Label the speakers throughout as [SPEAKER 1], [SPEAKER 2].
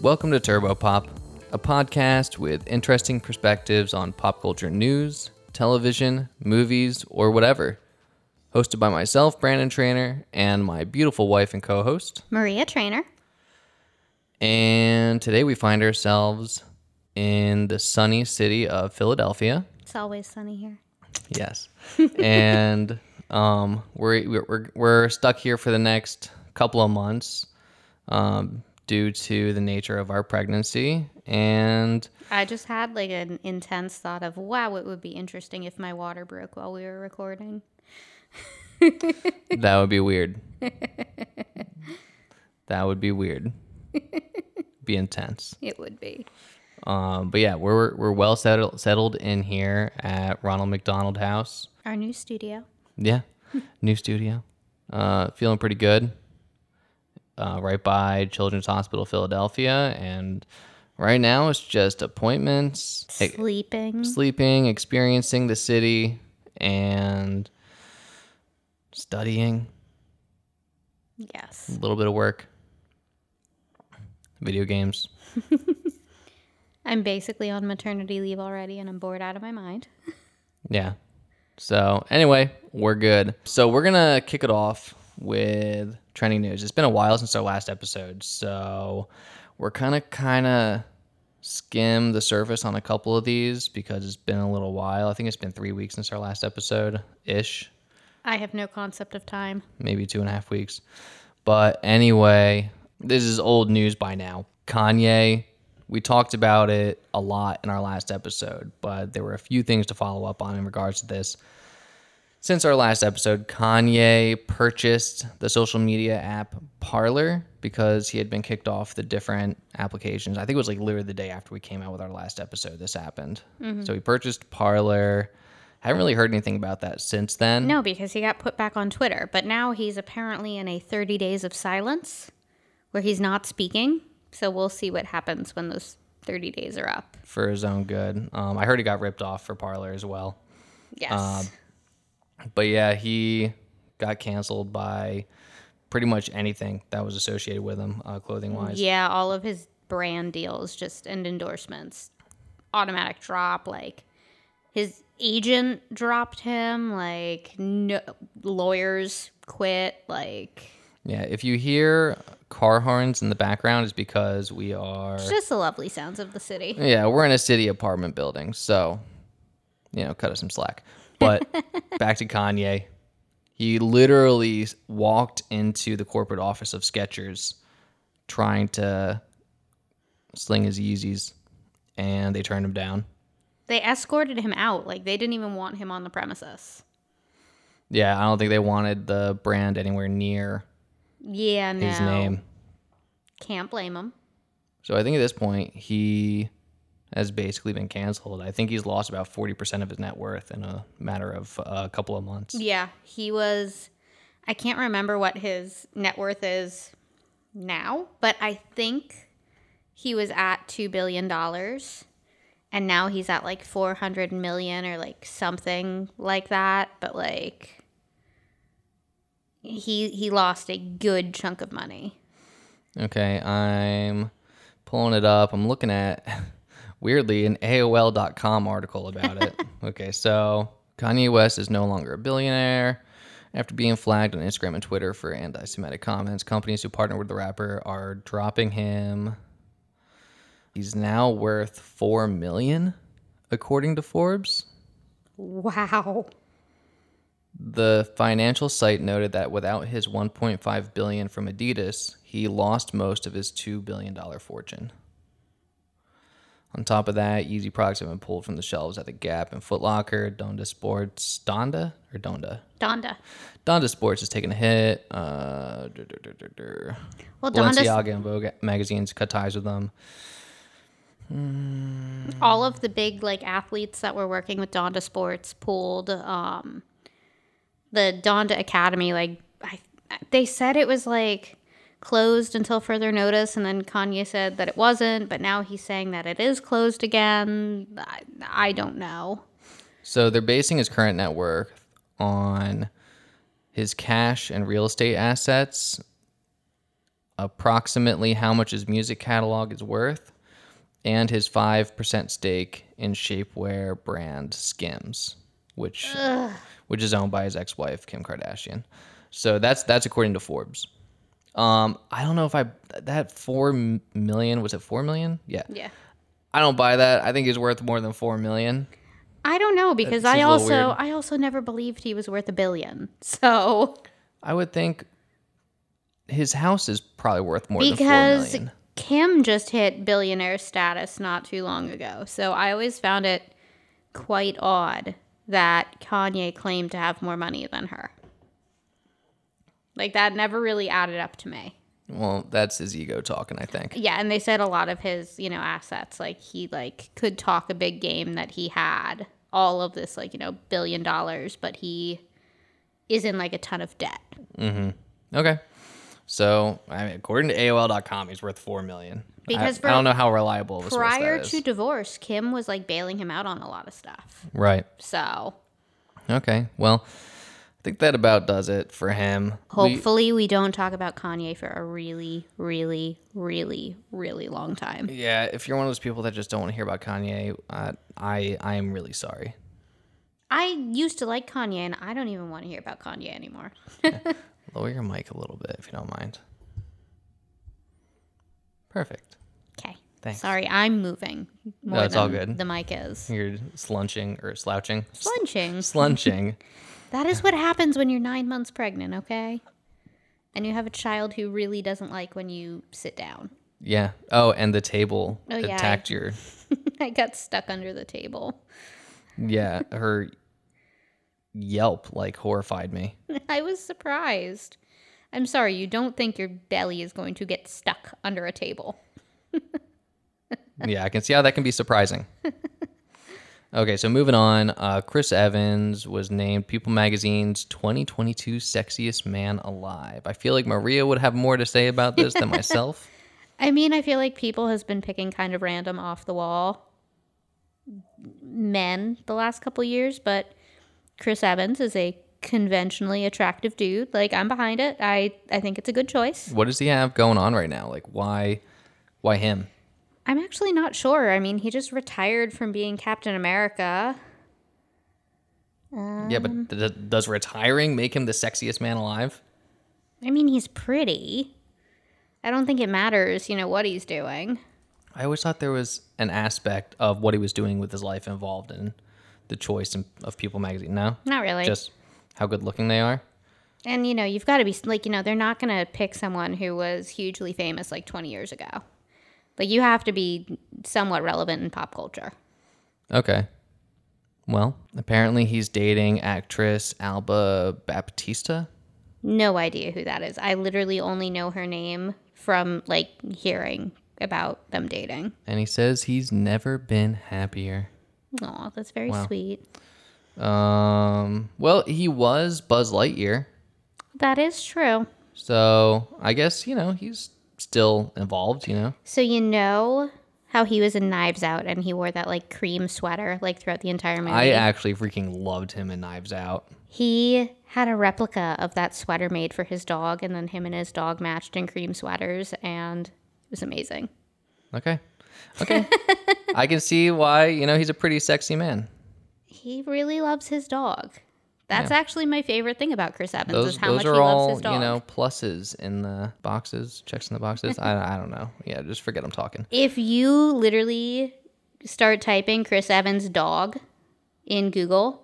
[SPEAKER 1] Welcome to Turbo Pop, a podcast with interesting perspectives on pop culture news, television, movies, or whatever. Hosted by myself, Brandon Trainer, and my beautiful wife and co-host.
[SPEAKER 2] Maria Trainer.
[SPEAKER 1] And today we find ourselves in the sunny city of Philadelphia.
[SPEAKER 2] It's always sunny here.
[SPEAKER 1] Yes. and um, we're, we're- we're, we're stuck here for the next couple of months um, due to the nature of our pregnancy. And
[SPEAKER 2] I just had like an intense thought of wow, it would be interesting if my water broke while we were recording.
[SPEAKER 1] that would be weird. that would be weird. be intense.
[SPEAKER 2] It would be.
[SPEAKER 1] Um, but yeah, we're, we're well settled, settled in here at Ronald McDonald House.
[SPEAKER 2] Our new studio.
[SPEAKER 1] Yeah. New studio. Uh, feeling pretty good. Uh, right by Children's Hospital Philadelphia. And right now it's just appointments, e-
[SPEAKER 2] Sleeping.
[SPEAKER 1] sleeping, experiencing the city, and studying,
[SPEAKER 2] Yes.
[SPEAKER 1] a little bit of work, video games.
[SPEAKER 2] I'm basically on maternity leave already and I'm bored out of my mind.
[SPEAKER 1] Yeah. So anyway, we're good. So we're gonna kick it off with trending news. It's been a while since our last episode, so we're kind of kind of skim the surface on a couple of these because it's been a little while. I think it's been three weeks since our last episode ish,
[SPEAKER 2] I have no concept of time.
[SPEAKER 1] maybe two and a half weeks. But anyway, this is old news by now. Kanye, we talked about it a lot in our last episode, but there were a few things to follow up on in regards to this. Since our last episode, Kanye purchased the social media app Parler because he had been kicked off the different applications. I think it was like literally the day after we came out with our last episode this happened. So he purchased Parler. Haven't really heard anything about that since then.
[SPEAKER 2] No, because he got put back on Twitter, but now he's apparently in a 30 days of silence where he's not speaking. So we'll see what happens when those 30 days are up.
[SPEAKER 1] for his own good. Um, I heard he got ripped off for Parlor as well.
[SPEAKER 2] Yes.
[SPEAKER 1] But yeah, he got canceled by pretty much anything that was associated with him, uh, clothing wise.
[SPEAKER 2] Yeah, all of his brand deals just and endorsements. Automatic drop, like his agent dropped him, like no lawyers quit, like
[SPEAKER 1] Yeah. If you hear car horns in the background, it's because we are.
[SPEAKER 2] just the lovely sounds of the city.
[SPEAKER 1] Yeah, we're in a city apartment building, so you know, cut us some slack. But back to Kanye. He literally walked into the corporate office of Skechers trying to sling his Yeezys and they turned him down.
[SPEAKER 2] They escorted him out, like they didn't even want him on the premises.
[SPEAKER 1] Yeah, I don't think they wanted the brand anywhere near
[SPEAKER 2] Yeah, no.
[SPEAKER 1] his name.
[SPEAKER 2] Can't blame him.
[SPEAKER 1] So I think at this point he has basically been canceled. I think he's lost about 40% of his net worth in a matter of uh, a couple of months.
[SPEAKER 2] Yeah, he was. I can't remember what his net worth is now, but I think he was at two billion dollars, and now he's at like four hundred million or like something like that. But like, he he lost a good chunk of money.
[SPEAKER 1] Okay, I'm pulling it up. I'm looking at weirdly an AOL.com article about it. okay, so Kanye West is no longer a billionaire. After being flagged on Instagram and Twitter for anti Semitic comments, companies who partner with the rapper are dropping him. He's now worth four million, according to Forbes.
[SPEAKER 2] Wow.
[SPEAKER 1] The financial site noted that without his 1.5 billion from Adidas, he lost most of his 2 billion dollar fortune. On top of that, Yeezy products have been pulled from the shelves at the Gap and Foot Locker. Donda Sports, Donda or Donda,
[SPEAKER 2] Donda.
[SPEAKER 1] Donda Sports has taken a hit. Uh, dur- dur- dur- dur- dur.
[SPEAKER 2] Well, Donda.
[SPEAKER 1] Balenciaga and Vogue magazines cut ties with them.
[SPEAKER 2] All of the big like athletes that were working with Donda Sports pulled um, the Donda Academy. Like I, they said it was like closed until further notice, and then Kanye said that it wasn't, but now he's saying that it is closed again. I, I don't know.
[SPEAKER 1] So they're basing his current net worth on his cash and real estate assets, approximately how much his music catalog is worth, and his 5% stake in shapewear brand Skims, which which is owned by his ex-wife Kim Kardashian. So that's that's according to Forbes. Um, I don't know if I that 4 million was it 4 million? Yeah.
[SPEAKER 2] Yeah.
[SPEAKER 1] I don't buy that. I think he's worth more than 4 million.
[SPEAKER 2] I don't know because
[SPEAKER 1] seems
[SPEAKER 2] I
[SPEAKER 1] a little
[SPEAKER 2] also
[SPEAKER 1] weird.
[SPEAKER 2] I also never believed he was worth a billion. So
[SPEAKER 1] I would think his house is probably worth more than 4
[SPEAKER 2] because
[SPEAKER 1] million.
[SPEAKER 2] Kim just hit billionaire status not too long ago. So I always found it quite odd that Kanye claimed to have more money than her. Like that never really added up to me.
[SPEAKER 1] Well, that's his ego talking, I think.
[SPEAKER 2] Yeah, and they said a lot of his, you know, assets like he like could talk a big game that he had all of this like, you know, billion dollars, but he is in like a ton of debt.
[SPEAKER 1] Okay. So, I mean, according to AOL.com, he's worth 4 million.
[SPEAKER 2] Because
[SPEAKER 1] I,
[SPEAKER 2] for-
[SPEAKER 1] I don't know how reliable this
[SPEAKER 2] Prior
[SPEAKER 1] source that
[SPEAKER 2] to
[SPEAKER 1] is.
[SPEAKER 2] divorce, Kim was like bailing him out on a lot of stuff.
[SPEAKER 1] Right.
[SPEAKER 2] So,
[SPEAKER 1] Okay. Well, I think that about does it for him. We-
[SPEAKER 2] Hopefully, we, don't talk about Kanye for a really, really, really, really long time.
[SPEAKER 1] yeah, if you're one of those people that just don't want to hear about Kanye, uh, I I am really sorry.
[SPEAKER 2] I used to like Kanye, and I don't even want to hear about Kanye anymore.
[SPEAKER 1] Lower your mic a little bit if you don't mind. Perfect.
[SPEAKER 2] Okay.
[SPEAKER 1] Thanks.
[SPEAKER 2] Sorry, I'm moving. More
[SPEAKER 1] it's all good.
[SPEAKER 2] The mic is
[SPEAKER 1] You're slunching or slouching.
[SPEAKER 2] slunching.
[SPEAKER 1] Slunching.
[SPEAKER 2] That is what happens when you're nine months pregnant, okay? And you have a child who really doesn't like when you sit down.
[SPEAKER 1] Yeah. Oh, and the table
[SPEAKER 2] Oh, yeah.
[SPEAKER 1] attacked your
[SPEAKER 2] I got stuck under the table.
[SPEAKER 1] yeah, her yelp like horrified me.
[SPEAKER 2] I was surprised. I'm sorry, you don't think your belly is going to get stuck under a table.
[SPEAKER 1] yeah, I can see how that can be surprising. Okay, so moving on. Uh, Chris Evans was named People Magazine's 2022 Sexiest Man Alive. I feel like Maria would have more to say about this than myself.
[SPEAKER 2] I mean, I feel like people has been picking kind of random off the wall men the last couple years, but Chris Evans is a conventionally attractive dude. Like I'm behind it. I I think it's a good choice.
[SPEAKER 1] What does he have going on right now? Like, why, why him?
[SPEAKER 2] I'm actually not sure. I mean, he just retired from being Captain America.
[SPEAKER 1] yeah,
[SPEAKER 2] Um,
[SPEAKER 1] but th- does retiring make him the sexiest man alive?
[SPEAKER 2] I mean, he's pretty. I don't think it matters, you know, what he's doing.
[SPEAKER 1] I always thought there was an aspect of what he was doing with his life involved in the choice in- of People Magazine. No,
[SPEAKER 2] Not really.
[SPEAKER 1] just how good looking they are.
[SPEAKER 2] and you know, you've got to be like, you know, they're not going to pick someone who was hugely famous like 20 years ago. Like you have to be somewhat relevant in pop culture.
[SPEAKER 1] Okay. Well, apparently he's dating actress Alba Baptista.
[SPEAKER 2] No idea who that is. I literally only know her name from like hearing about them dating.
[SPEAKER 1] And he says he's never been happier.
[SPEAKER 2] Oh, that's very sweet.
[SPEAKER 1] Um, well, he was Buzz Lightyear.
[SPEAKER 2] That is true.
[SPEAKER 1] So I guess, you know, he's still involved, you know?
[SPEAKER 2] So you know how he was in Knives Out and he wore that like cream sweater like throughout the entire movie.
[SPEAKER 1] I actually freaking loved him in Knives Out.
[SPEAKER 2] He had a replica of that sweater made for his dog, and then him and his dog matched in cream sweaters, and it was amazing.
[SPEAKER 1] Okay. Okay. I can see why, you know, he's a pretty sexy man.
[SPEAKER 2] He really loves his dog. That's actually my favorite thing about Chris Evans
[SPEAKER 1] Those,
[SPEAKER 2] is how
[SPEAKER 1] those
[SPEAKER 2] much he
[SPEAKER 1] are
[SPEAKER 2] loves
[SPEAKER 1] all,
[SPEAKER 2] his dog.
[SPEAKER 1] you know, pluses in the boxes, checks in the boxes. I, I don't know. Yeah, just forget I'm talking.
[SPEAKER 2] If you literally start typing Chris Evans dog in Google,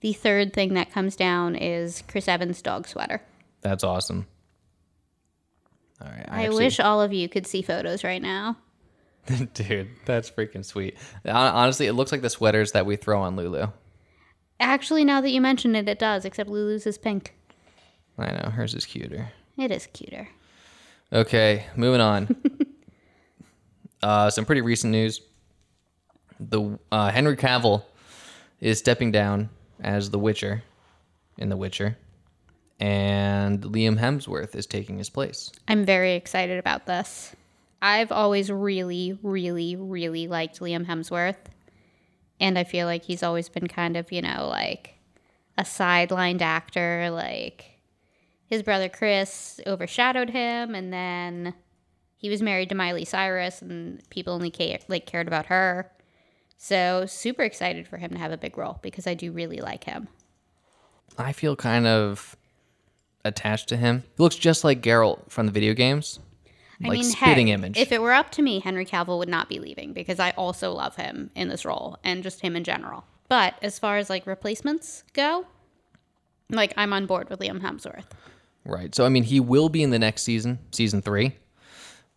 [SPEAKER 2] the third thing that comes down is Chris Evans dog sweater.
[SPEAKER 1] That's awesome. All right.
[SPEAKER 2] I
[SPEAKER 1] actually-
[SPEAKER 2] wish all of you could see photos right now.
[SPEAKER 1] Dude, that's freaking sweet. Hon- Honestly, it looks like the sweaters that we throw on Lulu.
[SPEAKER 2] Actually, now that you mention it, it does, except Lulu's is pink.
[SPEAKER 1] I know, hers is cuter.
[SPEAKER 2] It is cuter.
[SPEAKER 1] Okay, moving on. uh, some pretty recent news. The uh, Henry Cavill is stepping down as The Witcher in The Witcher, and Liam Hemsworth is taking his place.
[SPEAKER 2] I'm very excited about this. I've always really, really, really liked Liam Hemsworth. And I feel like he's always been kind of, you know, like a sidelined actor. Like his brother Chris overshadowed him, and then he was married to Miley Cyrus, and people only care, like cared about her. So super excited for him to have a big role because I do really like him.
[SPEAKER 1] I feel kind of attached to him. He looks just like Geralt from the video games. like spitting
[SPEAKER 2] heck,
[SPEAKER 1] image.
[SPEAKER 2] If it were up to me, Henry Cavill would not be leaving because I also love him in this role and just him in general. But as far as like replacements go, like I'm on board with Liam Hemsworth.
[SPEAKER 1] Right. So I mean, he will be in the next season, season three.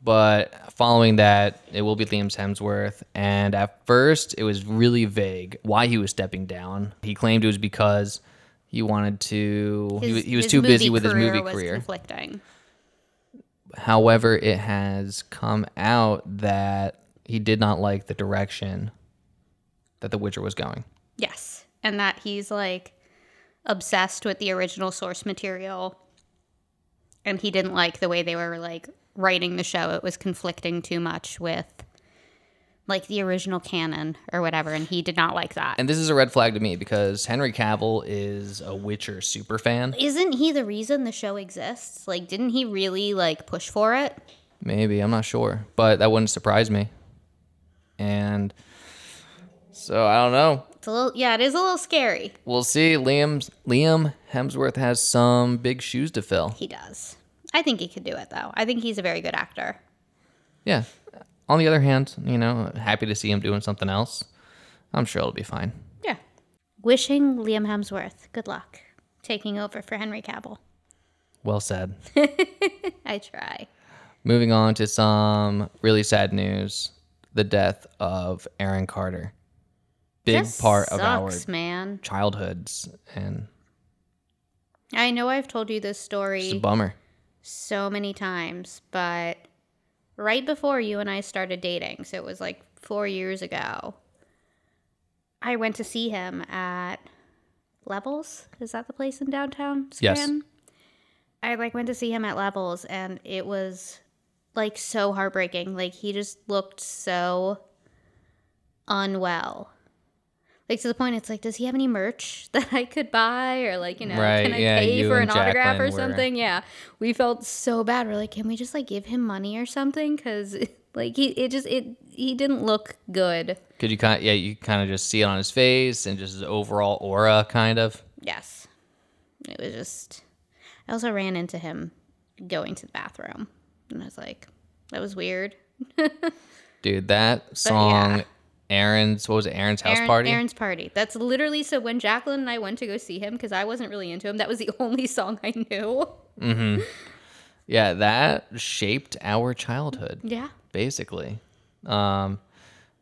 [SPEAKER 1] But following that, it will be Liam Hemsworth. And at first, it was really vague why he was stepping down. He claimed it was because he wanted to. he
[SPEAKER 2] His-
[SPEAKER 1] was, he was
[SPEAKER 2] his
[SPEAKER 1] too busy
[SPEAKER 2] movie
[SPEAKER 1] with his movie
[SPEAKER 2] was
[SPEAKER 1] career.
[SPEAKER 2] Conflicting.
[SPEAKER 1] However, it has come out that he did not like the direction that The Witcher was going.
[SPEAKER 2] Yes, and that he's like obsessed with the original source material, and he didn't like the way they were like writing the show. It was conflicting too much with like the original canon or whatever, and he did not like that.
[SPEAKER 1] And this is a red flag to me because Henry Cavill is a Witcher super fan.
[SPEAKER 2] Isn't he the reason the show exists? Like, didn't he really like push for it?
[SPEAKER 1] Maybe, I'm not sure, but that wouldn't surprise me. And so I don't know.
[SPEAKER 2] It's a little, yeah, it is a little scary.
[SPEAKER 1] We'll see. Liam's Liam Hemsworth has some big shoes to fill.
[SPEAKER 2] He does. I think he could do it though. I think he's a very good actor.
[SPEAKER 1] Yeah. On the other hand, you know, happy to see him doing something else. I'm sure it'll be fine.
[SPEAKER 2] Yeah. Wishing Liam Hemsworth good luck taking over for Henry Cavill.
[SPEAKER 1] Well said.
[SPEAKER 2] I try.
[SPEAKER 1] Moving on to some really sad news: the death of Aaron Carter. Big
[SPEAKER 2] Just
[SPEAKER 1] part of our
[SPEAKER 2] sucks, man.
[SPEAKER 1] childhoods, and
[SPEAKER 2] I know I've told you this
[SPEAKER 1] it's a
[SPEAKER 2] story
[SPEAKER 1] bummer.
[SPEAKER 2] so many times, but right before you and I started dating, so it was like four years ago, I went to see him at Levels. Is that the place in downtown?
[SPEAKER 1] Yes.
[SPEAKER 2] Scranton? I like went to see him at Levels and it was like so heartbreaking. Like he just looked so unwell. Like to the point it's like, does he have any merch that I could buy? Or like, you know,
[SPEAKER 1] Right,
[SPEAKER 2] can I
[SPEAKER 1] yeah,
[SPEAKER 2] pay
[SPEAKER 1] you
[SPEAKER 2] for an
[SPEAKER 1] and
[SPEAKER 2] autograph or
[SPEAKER 1] Jacqueline were-
[SPEAKER 2] something? Yeah. We felt so bad. We're like, can we just like give him money or something? Cause like he it just it he didn't look good.
[SPEAKER 1] Could you kind of, yeah, you kind of just see it on his face and just his overall aura, kind of.
[SPEAKER 2] Yes. It was just. I also ran into him going to the bathroom. And I was like, that was weird.
[SPEAKER 1] Dude, that song,
[SPEAKER 2] yeah.
[SPEAKER 1] Aaron's, what was it, Aaron's house
[SPEAKER 2] Aaron-
[SPEAKER 1] party?
[SPEAKER 2] Aaron's party. That's literally so when Jacqueline and I went to go see him, because I wasn't really into him, that was the only song I knew.
[SPEAKER 1] Yeah, that shaped our childhood,
[SPEAKER 2] Yeah.
[SPEAKER 1] basically. Um,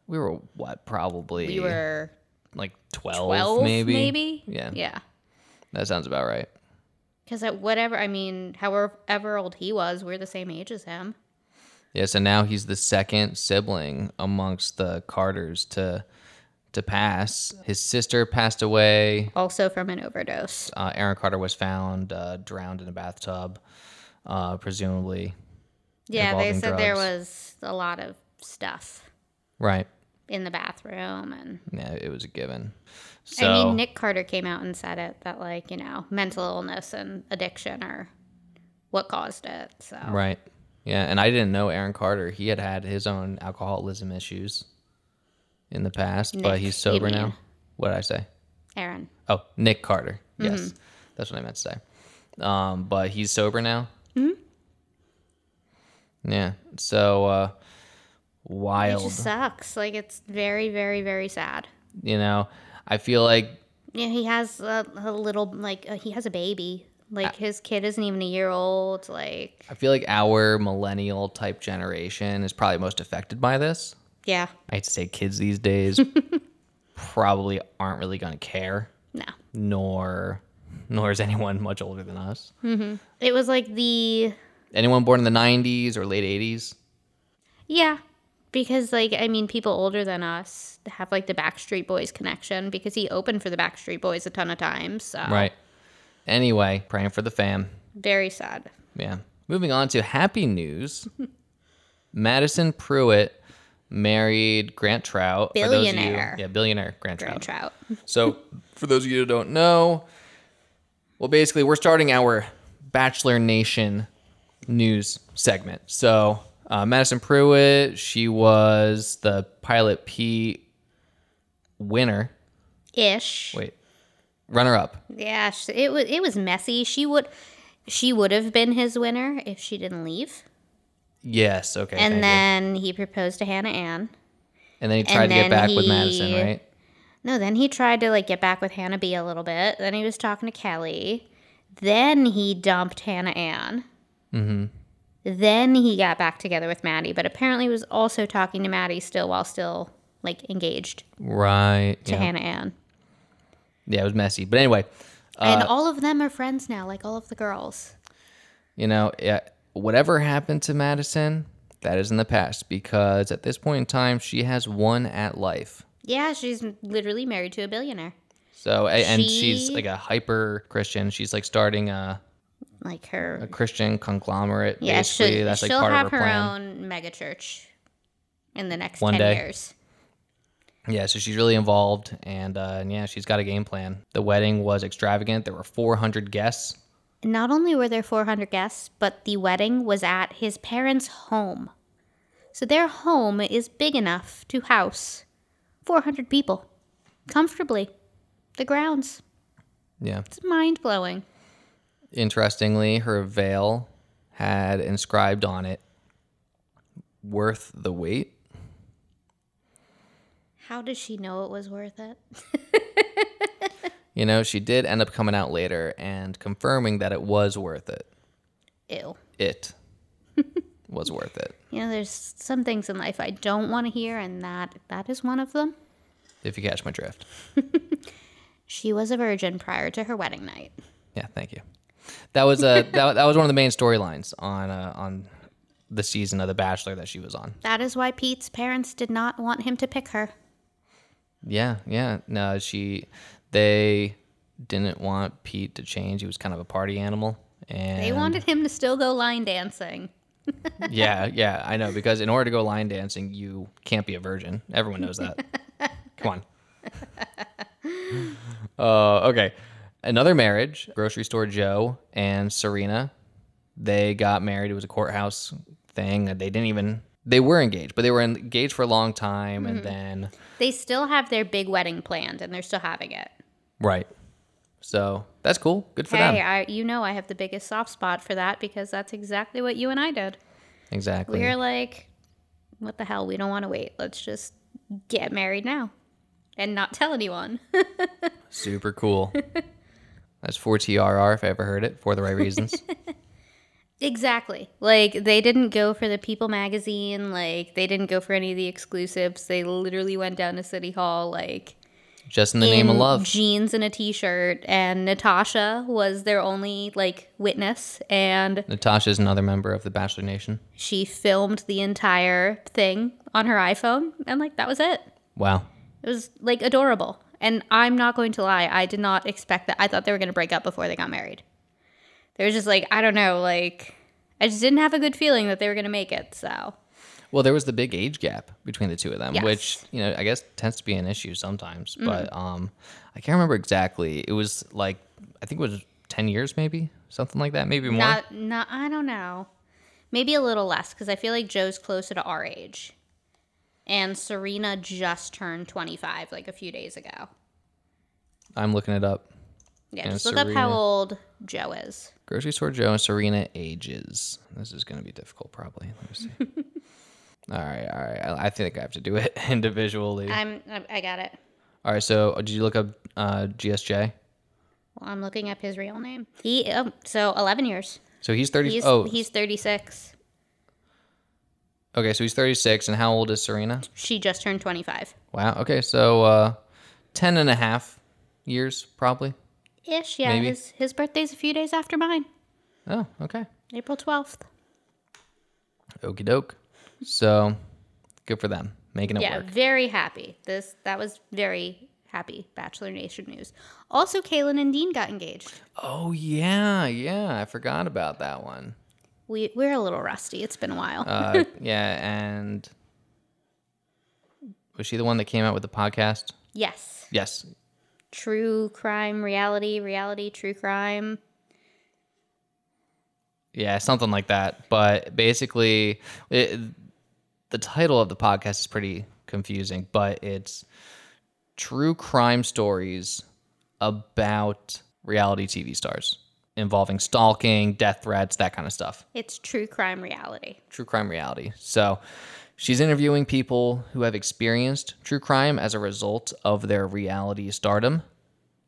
[SPEAKER 1] we were what, probably
[SPEAKER 2] We were
[SPEAKER 1] like 12,
[SPEAKER 2] 12,
[SPEAKER 1] maybe?
[SPEAKER 2] maybe.
[SPEAKER 1] Yeah,
[SPEAKER 2] Yeah.
[SPEAKER 1] that sounds about right.
[SPEAKER 2] Because at whatever, I mean, however ever old he was, we're the same age as him.
[SPEAKER 1] Yeah, so now he's the second sibling amongst the Carters to to pass. His sister passed away
[SPEAKER 2] Also from an overdose.
[SPEAKER 1] uh, Aaron Carter was found uh, drowned in a bathtub, uh, presumably.
[SPEAKER 2] Yeah, they
[SPEAKER 1] Involving
[SPEAKER 2] said there
[SPEAKER 1] drugs.
[SPEAKER 2] was a lot of stuff
[SPEAKER 1] Right.
[SPEAKER 2] in the bathroom and
[SPEAKER 1] Yeah, it was a given. So,
[SPEAKER 2] I mean, Nick Carter came out and said it that, like, you know, mental illness and addiction are what caused it. So,
[SPEAKER 1] right. Yeah, and I didn't know Aaron Carter. He had had his own alcoholism issues in the past, but
[SPEAKER 2] Nick,
[SPEAKER 1] he's
[SPEAKER 2] you
[SPEAKER 1] sober now.
[SPEAKER 2] mean.
[SPEAKER 1] What did I say?
[SPEAKER 2] Aaron,
[SPEAKER 1] Oh, Nick Carter. Yes. That's what I meant to say. Um, but he's sober now. Mm-hmm. Yeah. So uh,
[SPEAKER 2] it
[SPEAKER 1] wild.
[SPEAKER 2] just sucks. Like, it's very, very, very sad.
[SPEAKER 1] You know, I feel like
[SPEAKER 2] Yeah, he has a, a little, like, uh, he has a baby.
[SPEAKER 1] Uh,
[SPEAKER 2] Like, his kid isn't even a year old. Like,
[SPEAKER 1] I feel like our millennial type generation is probably most affected by this.
[SPEAKER 2] yeah,
[SPEAKER 1] I hate to say kids these days probably aren't really going to care,
[SPEAKER 2] no.
[SPEAKER 1] nor nor is anyone much older than us.
[SPEAKER 2] It was like the,
[SPEAKER 1] Anyone born in the 90s or late 80s?
[SPEAKER 2] yeah, because, like, I mean, people older than us have, like, the Backstreet Boys connection because he opened for the Backstreet Boys a ton of times. So,
[SPEAKER 1] Right. Anyway, praying for the fam.
[SPEAKER 2] very sad.
[SPEAKER 1] Yeah. Moving on to happy news. Madison Pruitt married Grant Trout. For those of you-
[SPEAKER 2] Billionaire.
[SPEAKER 1] yeah, billionaire Grant Trout.
[SPEAKER 2] Grand Trout.
[SPEAKER 1] So, for those of you who don't know, well, basically, we're starting our Bachelor Nation news segment. So uh, Madison Pruitt, she was the Pilot P winner.
[SPEAKER 2] ish.
[SPEAKER 1] Wait, runner up.
[SPEAKER 2] Yeah, sh- it was it was messy. She would she would have been his winner if she didn't leave.
[SPEAKER 1] Yes. Okay. thank you.
[SPEAKER 2] And then he proposed to Hannah Ann.
[SPEAKER 1] and then he tried to get
[SPEAKER 2] then
[SPEAKER 1] back with Madison,
[SPEAKER 2] he-
[SPEAKER 1] right?
[SPEAKER 2] No, then he tried to like get back with Hannah B a little bit. Then he was talking to Kelly. Then he dumped Hannah Ann. Mm-hmm. Then he got back together with Maddie, but apparently was also talking to Maddie still while still like engaged
[SPEAKER 1] Right.
[SPEAKER 2] to
[SPEAKER 1] Yeah.
[SPEAKER 2] Hannah Ann.
[SPEAKER 1] yeah, it was messy. But anyway, Uh,
[SPEAKER 2] And all of them are friends now, like all of the girls.
[SPEAKER 1] you know, yeah, whatever happened to Madison, that is in the past because at this point in time, she has one at life.
[SPEAKER 2] Yeah, she's literally married to a billionaire.
[SPEAKER 1] So, a- and she's
[SPEAKER 2] She-
[SPEAKER 1] like a hyper Christian. She's like starting a,
[SPEAKER 2] Like her
[SPEAKER 1] a Christian conglomerate.
[SPEAKER 2] Yeah, she'll,
[SPEAKER 1] basically, that's like
[SPEAKER 2] she'll
[SPEAKER 1] part
[SPEAKER 2] have
[SPEAKER 1] of her,
[SPEAKER 2] her,
[SPEAKER 1] plan.
[SPEAKER 2] own mega church in the next
[SPEAKER 1] One
[SPEAKER 2] 10
[SPEAKER 1] day.
[SPEAKER 2] years.
[SPEAKER 1] Yeah, so she's really involved, and uh, and yeah, she's got a game plan. The wedding was extravagant. There were 400 guests.
[SPEAKER 2] Not only were there 400 guests, but the wedding was at his parents' home. So their home is big enough to house 400 people comfortably. The grounds.
[SPEAKER 1] Yeah.
[SPEAKER 2] It's mind blowing.
[SPEAKER 1] Interestingly, her veil had inscribed on it, "Worth the wait."
[SPEAKER 2] How did she know it was worth it?
[SPEAKER 1] You know, she did end up coming out later and confirming that it was worth it.
[SPEAKER 2] Ew.
[SPEAKER 1] It was worth it.
[SPEAKER 2] You know, there's some things in life I don't want to hear, and that that is one of them.
[SPEAKER 1] If you catch my drift.
[SPEAKER 2] She was a virgin prior to her wedding night.
[SPEAKER 1] Yeah, thank you. That was a that, that was one of the main storylines on uh, on the season of The Bachelor that she was on.
[SPEAKER 2] That is why Pete's parents did not want him to pick her.
[SPEAKER 1] Yeah, yeah. No, she they didn't want Pete to change. He was kind of a party animal. And
[SPEAKER 2] They wanted him to still go line dancing.
[SPEAKER 1] Yeah, yeah, I know. Because in order to go line dancing, you can't be a virgin. Everyone knows that. Come on. Uh, okay. Another marriage, grocery store Joe and Serena. They got married. It was a courthouse thing. They didn't even they were engaged, but they were engaged for a long time and then
[SPEAKER 2] They still have their big wedding planned and they're still having it.
[SPEAKER 1] Right. So that's cool. Good for
[SPEAKER 2] Hey,
[SPEAKER 1] them.
[SPEAKER 2] I, you know I have the biggest soft spot for that because that's exactly what you and I did.
[SPEAKER 1] Exactly.
[SPEAKER 2] We were like, what the hell? We don't want to wait. Let's just get married now and not tell anyone.
[SPEAKER 1] Super cool. That's for TRR if I ever heard it for the right reasons.
[SPEAKER 2] exactly. Like, they didn't go for the People magazine. Like, they didn't go for any of the exclusives. They literally went down to City Hall, like,
[SPEAKER 1] Just in the name of
[SPEAKER 2] in
[SPEAKER 1] love.
[SPEAKER 2] jeans and a t-shirt and natasha was their only like witness and
[SPEAKER 1] Natasha's another member of the Bachelor Nation.
[SPEAKER 2] she filmed the entire thing on her iphone and like that was it
[SPEAKER 1] Wow.
[SPEAKER 2] it was like adorable and i'm not going to lie i did not expect that i thought they were going to break up before they got married they were just like i don't know like i just didn't have a good feeling that they were going to make it so
[SPEAKER 1] Well, there was the big age gap between the two of them,
[SPEAKER 2] Yes.
[SPEAKER 1] which, you know, I guess tends to be an issue sometimes. But um I can't remember exactly. It was like I think it was 10 years maybe, something like that, maybe more.
[SPEAKER 2] not not i don't know maybe a little less because i feel like joe's closer to our age and serena just turned 25 like a few days ago
[SPEAKER 1] I'm looking it up.
[SPEAKER 2] yeah
[SPEAKER 1] And
[SPEAKER 2] just look up how
[SPEAKER 1] Serena-
[SPEAKER 2] old joe is
[SPEAKER 1] Grocery Store Joe and Serena ages. This is going to be difficult, probably. Let me see. all right, all right. I, I think I have to do it individually.
[SPEAKER 2] i'm I- i got it
[SPEAKER 1] all right. So, did you look up uh, GSJ?
[SPEAKER 2] well i'm looking up his real name he oh, so 11 years
[SPEAKER 1] So he's thirty.
[SPEAKER 2] he's
[SPEAKER 1] oh,
[SPEAKER 2] he's 36
[SPEAKER 1] okay. So he's thirty-six. And how old is Serena?
[SPEAKER 2] she just turned 25
[SPEAKER 1] Wow. Okay. So, uh, ten and a half years, probably.
[SPEAKER 2] ish yeah
[SPEAKER 1] Maybe.
[SPEAKER 2] his his birthday's a few days after mine
[SPEAKER 1] Oh, okay.
[SPEAKER 2] april 12th
[SPEAKER 1] Okey doke. So, good for them making it
[SPEAKER 2] yeah
[SPEAKER 1] work.
[SPEAKER 2] very happy this that was very happy bachelor nation news also kaylin and dean got engaged
[SPEAKER 1] Oh yeah, yeah. I forgot about that one.
[SPEAKER 2] We we're a little rusty. It's been a while.
[SPEAKER 1] Uh, yeah, and was she the one that came out with the podcast?
[SPEAKER 2] yes.
[SPEAKER 1] Yes.
[SPEAKER 2] True crime reality, reality true crime.
[SPEAKER 1] Yeah, something like that. But basically, it, the title of the podcast is pretty confusing, but it's true crime stories about reality TV stars involving stalking, death threats, that kind of stuff.
[SPEAKER 2] It's true crime reality.
[SPEAKER 1] True crime reality. So she's interviewing people who have experienced true crime as a result of their reality stardom.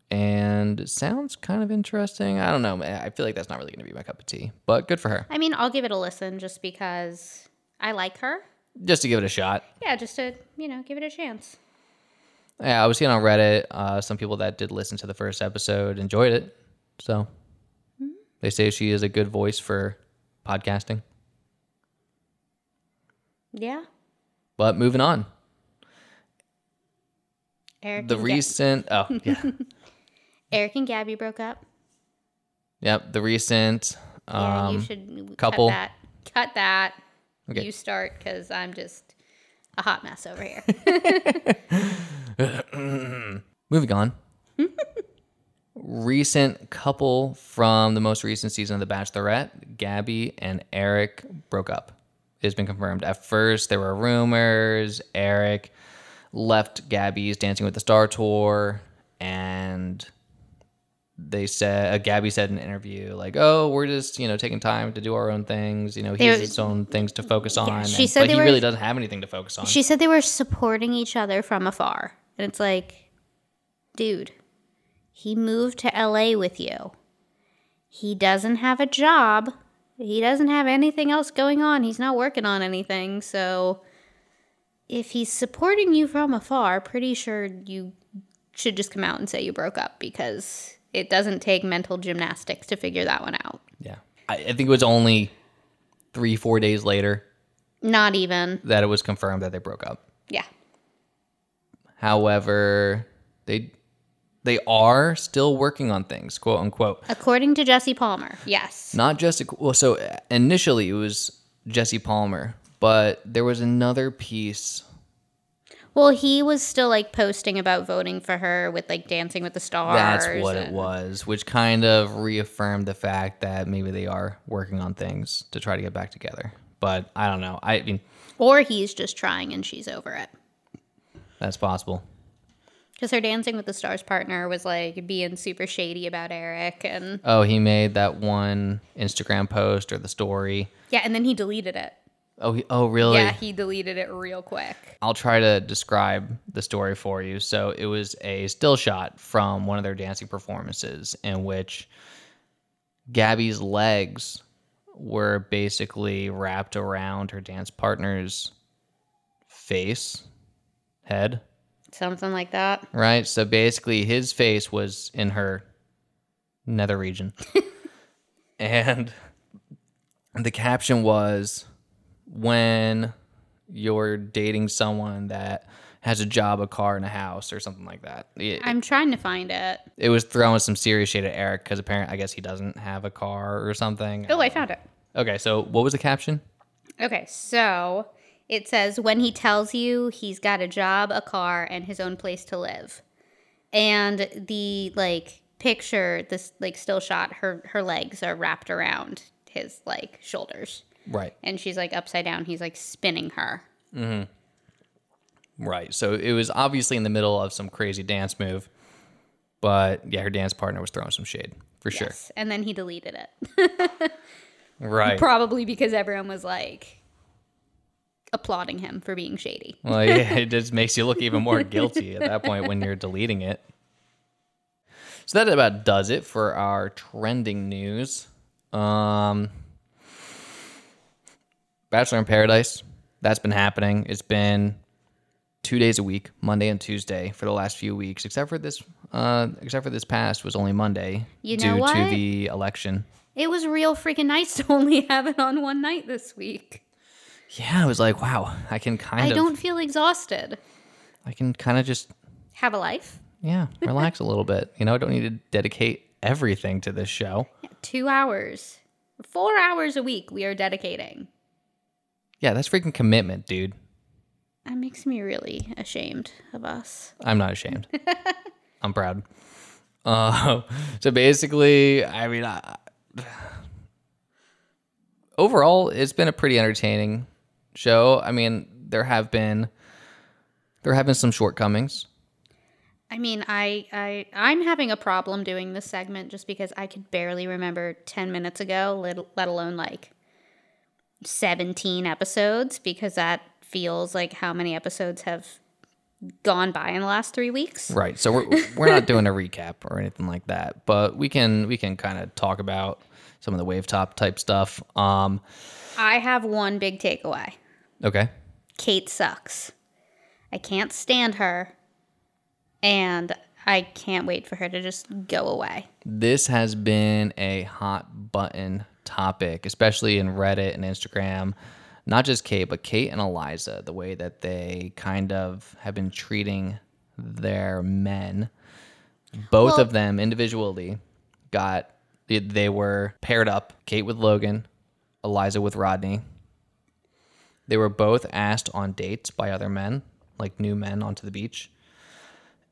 [SPEAKER 1] And it sounds kind of interesting. I don't know. I feel like that's not really going to be my cup of tea, but good for her.
[SPEAKER 2] I mean, I'll give it a listen just because I like her.
[SPEAKER 1] Just to give it a shot.
[SPEAKER 2] Yeah, just to, you know, give it a chance.
[SPEAKER 1] Yeah, I was seeing on Reddit uh, some people that did listen to the first episode enjoyed it. So they say she is a good voice for podcasting.
[SPEAKER 2] Yeah.
[SPEAKER 1] But moving on,
[SPEAKER 2] Eric
[SPEAKER 1] the
[SPEAKER 2] and Ga-
[SPEAKER 1] recent oh yeah
[SPEAKER 2] Eric and Gabby broke up.
[SPEAKER 1] yep the recent
[SPEAKER 2] Yeah, you
[SPEAKER 1] um
[SPEAKER 2] should
[SPEAKER 1] couple.
[SPEAKER 2] cut that. Cut that.
[SPEAKER 1] Okay.
[SPEAKER 2] You start because I'm just a hot mess over here.
[SPEAKER 1] moving on recent couple from the most recent season of The Bachelorette Gabby and Eric broke up. It's been confirmed. At first there were rumors Eric left Gabby's Dancing with the Star tour and they said uh, Gabby said in an interview like oh we're just you know taking time to do our own things you know he has
[SPEAKER 2] They-
[SPEAKER 1] his own things to focus on
[SPEAKER 2] she
[SPEAKER 1] and-
[SPEAKER 2] said
[SPEAKER 1] but
[SPEAKER 2] they
[SPEAKER 1] he
[SPEAKER 2] were-
[SPEAKER 1] really doesn't have anything to focus on
[SPEAKER 2] she said they were supporting each other from afar. And it's like, dude, he moved to LA with you. He doesn't have a job. He doesn't have anything else going on. He's not working on anything. So if he's supporting you from afar, pretty sure you should just come out and say you broke up because it doesn't take mental gymnastics to figure that one out.
[SPEAKER 1] yeah I, I think it was only three four days later
[SPEAKER 2] Not even.
[SPEAKER 1] that it was confirmed that they broke up.
[SPEAKER 2] Yeah.
[SPEAKER 1] However, they they are still working on things, quote unquote.
[SPEAKER 2] According to Jesse Palmer, yes.
[SPEAKER 1] Not just well, so initially it was Jesse Palmer, but there was another piece.
[SPEAKER 2] Well, he was still like posting about voting for her with like Dancing with the Stars.
[SPEAKER 1] That's what it
[SPEAKER 2] and-
[SPEAKER 1] was, which kind of reaffirmed the fact that maybe they are working on things to try to get back together. But I don't know. I mean,
[SPEAKER 2] Or he's just trying and she's over it.
[SPEAKER 1] that's possible.
[SPEAKER 2] Because her Dancing with the Stars partner was like being super shady about Eric. And
[SPEAKER 1] Oh, he made that one Instagram post or the story.
[SPEAKER 2] yeah, and then he deleted it.
[SPEAKER 1] Oh, he, oh, really?
[SPEAKER 2] Yeah, he deleted it real quick.
[SPEAKER 1] I'll try to describe the story for you. So it was a still shot from one of their dancing performances in which Gabby's legs were basically wrapped around her dance partner's face, head,
[SPEAKER 2] Something like that.
[SPEAKER 1] right? So basically his face was in her nether region. and the caption was when you're dating someone that has a job, a car, and a house, or something like that. It,
[SPEAKER 2] I'm trying to find it.
[SPEAKER 1] it was throwing some serious shade at Eric because apparently, I guess he doesn't have a car or something.
[SPEAKER 2] Oh, I found it.
[SPEAKER 1] Okay, so what was the caption?
[SPEAKER 2] Okay, so it says when he tells you he's got a job, a car, and his own place to live. And the like picture, this like still shot, her her legs are wrapped around his like shoulders.
[SPEAKER 1] Right,
[SPEAKER 2] And she's like upside down, he's like spinning her.
[SPEAKER 1] right. So it was obviously in the middle of some crazy dance move, but yeah, her dance partner was throwing some shade for sure.
[SPEAKER 2] Yes. And then he deleted it.
[SPEAKER 1] Right.
[SPEAKER 2] Probably because everyone was like applauding him for being shady.
[SPEAKER 1] Well, yeah, it just makes you look even more guilty at that point when you're deleting it. So that about does it for our trending news. Um, Bachelor in Paradise, that's been happening. It's been two days a week, Monday and Tuesday, for the last few weeks, except for this. Uh, except for this past was only Monday
[SPEAKER 2] You
[SPEAKER 1] due
[SPEAKER 2] know
[SPEAKER 1] to
[SPEAKER 2] what?
[SPEAKER 1] the election.
[SPEAKER 2] It was real freaking nice to only have it on one night this week.
[SPEAKER 1] Yeah, I was like, wow, I can kind
[SPEAKER 2] I
[SPEAKER 1] of,
[SPEAKER 2] don't feel exhausted.
[SPEAKER 1] I can kind of just
[SPEAKER 2] Have a life.
[SPEAKER 1] Yeah, relax a little bit. You know, I don't need to dedicate everything to this show.
[SPEAKER 2] Two hours, four hours a week we are dedicating.
[SPEAKER 1] Yeah, that's freaking commitment, dude.
[SPEAKER 2] That makes me really ashamed of us.
[SPEAKER 1] I'm not ashamed. I'm proud. Uh, so basically, I mean, I, overall, it's been a pretty entertaining show. I mean, there have been there have been some shortcomings.
[SPEAKER 2] I mean, I, I I'm having a problem doing this segment just because I could barely remember ten minutes ago, let, let alone like seventeen episodes, because that feels like how many episodes have gone by in the last three weeks.
[SPEAKER 1] Right. So we're we're not doing a recap or anything like that, but we can we can kind of talk about some of the wave top type stuff. Um
[SPEAKER 2] I have one big takeaway.
[SPEAKER 1] okay.
[SPEAKER 2] Kate sucks. I can't stand her. And I can't wait for her to just go away.
[SPEAKER 1] This has been a hot button topic, especially in Reddit and Instagram. Not just Kate, but Kate and Eliza, the way that they kind of have been treating their men. Both
[SPEAKER 2] Well-
[SPEAKER 1] of them individually got, they- they were paired up Kate with Logan, Eliza with Rodney. They were both asked on dates by other men, like new men onto the beach.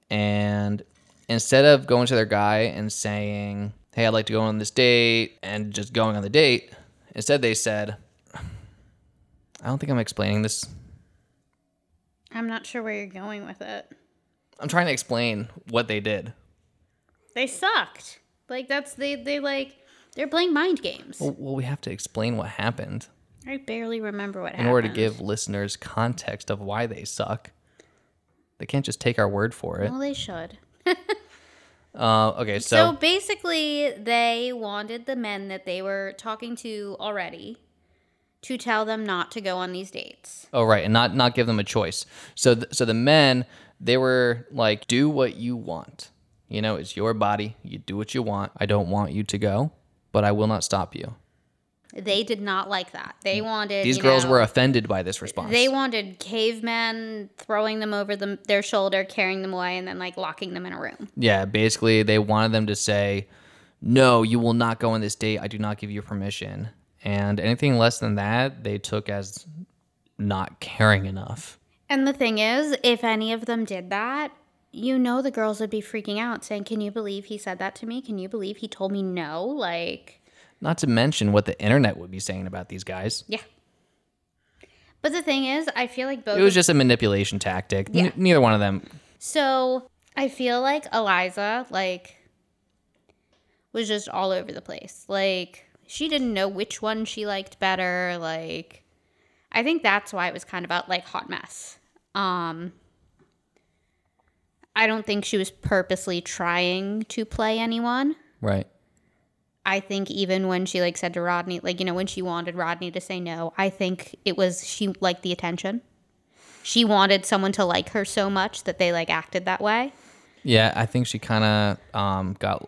[SPEAKER 1] And instead of going to their guy and saying, Hey, I'd like to go on this date and just going on the date, instead they said, I don't think I'm explaining this.
[SPEAKER 2] I'm not sure where you're going with it.
[SPEAKER 1] I'm trying to explain what they did.
[SPEAKER 2] They sucked. Like that's they they like they're playing mind games.
[SPEAKER 1] Well, well, we have to explain what happened
[SPEAKER 2] I barely remember what
[SPEAKER 1] in
[SPEAKER 2] happened.
[SPEAKER 1] order to give listeners context of why they suck. They can't just take our word for it.
[SPEAKER 2] Well, they should.
[SPEAKER 1] Uh, okay,
[SPEAKER 2] So,
[SPEAKER 1] so,
[SPEAKER 2] basically, they wanted the men that they were talking to already to tell them not to go on these dates.
[SPEAKER 1] oh right, and not not give them a choice. So th- so the men they were like, do what you want. You know, it's your body. You do what you want. I don't want you to go, but I will not stop you.
[SPEAKER 2] They did not like that. They wanted
[SPEAKER 1] Mm. These
[SPEAKER 2] you
[SPEAKER 1] girls
[SPEAKER 2] know,
[SPEAKER 1] were offended by this response.
[SPEAKER 2] They wanted cavemen throwing them over them their shoulder, carrying them away, and then like locking them in a room.
[SPEAKER 1] yeah, basically they wanted them to say, "No, you will not go on this date. I do not give you permission." And anything less than that, they took as not caring enough.
[SPEAKER 2] And the thing is, if any of them did that, you know the girls would be freaking out, saying, "Can you believe he said that to me? Can you believe he told me no?" Like,
[SPEAKER 1] Not to mention what the internet would be saying about these guys.
[SPEAKER 2] yeah. But the thing is, I feel like both.
[SPEAKER 1] It was
[SPEAKER 2] of-
[SPEAKER 1] just a manipulation tactic. N- neither one of them.
[SPEAKER 2] so I feel like Eliza, like, was just all over the place. Like, she didn't know which one she liked better. Like, I think that's why it was kind of out like hot mess. Um, I don't think she was purposely trying to play anyone.
[SPEAKER 1] Right.
[SPEAKER 2] I think even when she like said to Rodney, like you know when she wanted Rodney to say no, I think it was she liked the attention. She wanted someone to like her so much that they like acted that way.
[SPEAKER 1] Yeah, I think she kind of um, got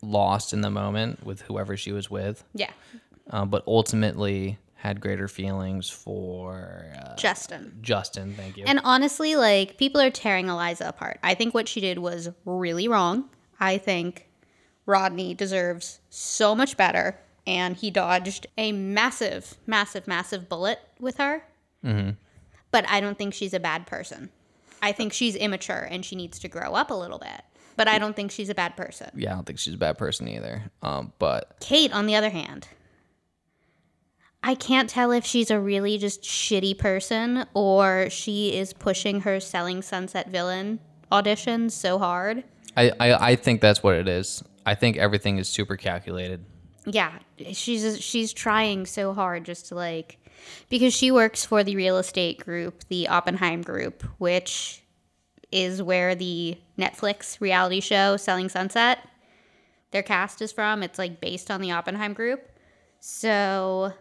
[SPEAKER 1] lost in the moment with whoever she was with,
[SPEAKER 2] Yeah,
[SPEAKER 1] um, but ultimately had greater feelings for uh,
[SPEAKER 2] Justin.
[SPEAKER 1] Justin. Thank you.
[SPEAKER 2] And honestly, like people are tearing Eliza apart. I think what she did was really wrong. I think Rodney deserves so much better, and he dodged a massive, massive, massive bullet with her. But I don't think she's a bad person. I think she's immature and she needs to grow up a little bit. But I don't think she's a bad person.
[SPEAKER 1] yeah, I don't think she's a bad person either. Um, but
[SPEAKER 2] Kate, on the other hand, I can't tell if she's a really just shitty person or she is pushing her selling Sunset Villain audition so hard.
[SPEAKER 1] I, I, I think that's what it is. I think everything is super calculated.
[SPEAKER 2] Yeah, she's she's trying so hard just to like because she works for the real estate group, the Oppenheim group, which is where the Netflix reality show Selling Sunset their cast is from. It's like based on the Oppenheim group. So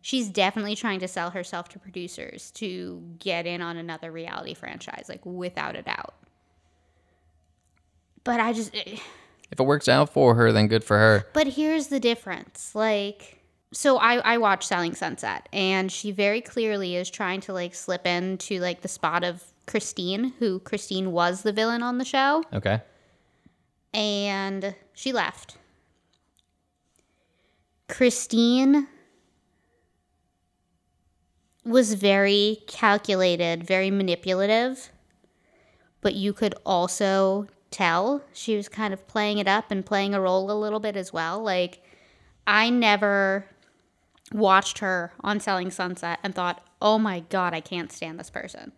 [SPEAKER 2] she's definitely trying to sell herself to producers to get in on another reality franchise like without a doubt. But I just eh,
[SPEAKER 1] If it works out for her, then good for her.
[SPEAKER 2] but here's the difference. Like, so I, I watched Selling Sunset, and she very clearly is trying to like slip into like the spot of Christine, who Christine was the villain on the show,
[SPEAKER 1] Okay.
[SPEAKER 2] and she left. Christine was very calculated, very manipulative, but you could also tell she was kind of playing it up and playing a role a little bit as well. Like, I never watched her on Selling Sunset and thought, oh my God, I can't stand this person.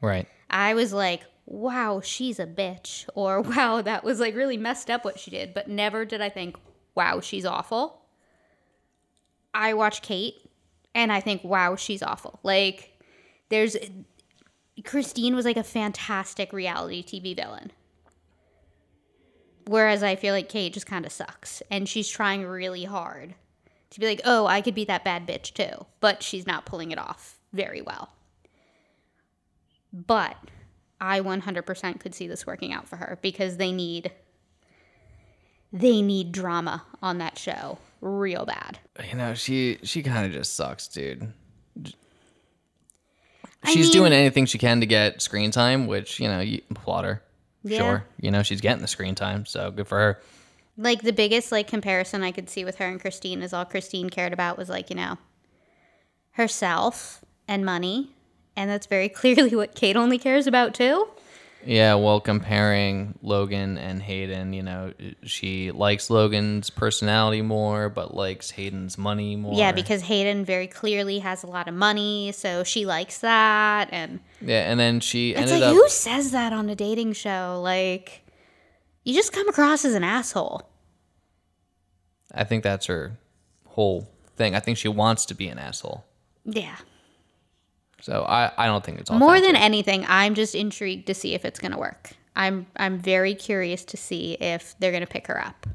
[SPEAKER 1] Right.
[SPEAKER 2] I was like, wow, she's a bitch. Or wow, that was like really messed up what she did. But never did I think, wow, she's awful. I watch Kate and I think, wow, she's awful. Like, there's. Christine was like a fantastic reality TV villain. Whereas I feel like Kate just kind of sucks. And she's trying really hard to be like, oh, I could be that bad bitch too. But she's not pulling it off very well. But I 100% could see this working out for her because they need they need drama on that show real bad.
[SPEAKER 1] You know, she she kind of just sucks, dude.
[SPEAKER 2] I
[SPEAKER 1] She's
[SPEAKER 2] mean-
[SPEAKER 1] doing anything she can to get screen time, which, you know, you applaud her.
[SPEAKER 2] Yeah.
[SPEAKER 1] Sure. You know, she's getting the screen time, so good for her.
[SPEAKER 2] Like the biggest like comparison I could see with her and Christine is all Christine cared about was like, you know, herself and money. And that's very clearly what Kate only cares about too.
[SPEAKER 1] Yeah, well, comparing Logan and Hayden, you know, uh, she likes Logan's personality more, but likes Hayden's money more.
[SPEAKER 2] Yeah, because Hayden very clearly has a lot of money, so she likes that and
[SPEAKER 1] yeah, and then she
[SPEAKER 2] It's
[SPEAKER 1] ended
[SPEAKER 2] like
[SPEAKER 1] up.
[SPEAKER 2] who says that on a dating show? Like you just come across as an asshole.
[SPEAKER 1] I think that's her whole thing. I think she wants to be an asshole,
[SPEAKER 2] Yeah.
[SPEAKER 1] so I I don't think it's
[SPEAKER 2] More
[SPEAKER 1] offensive.
[SPEAKER 2] than anything, I'm just intrigued to see if it's going to work. I'm I'm very curious to see if they're going to pick her up.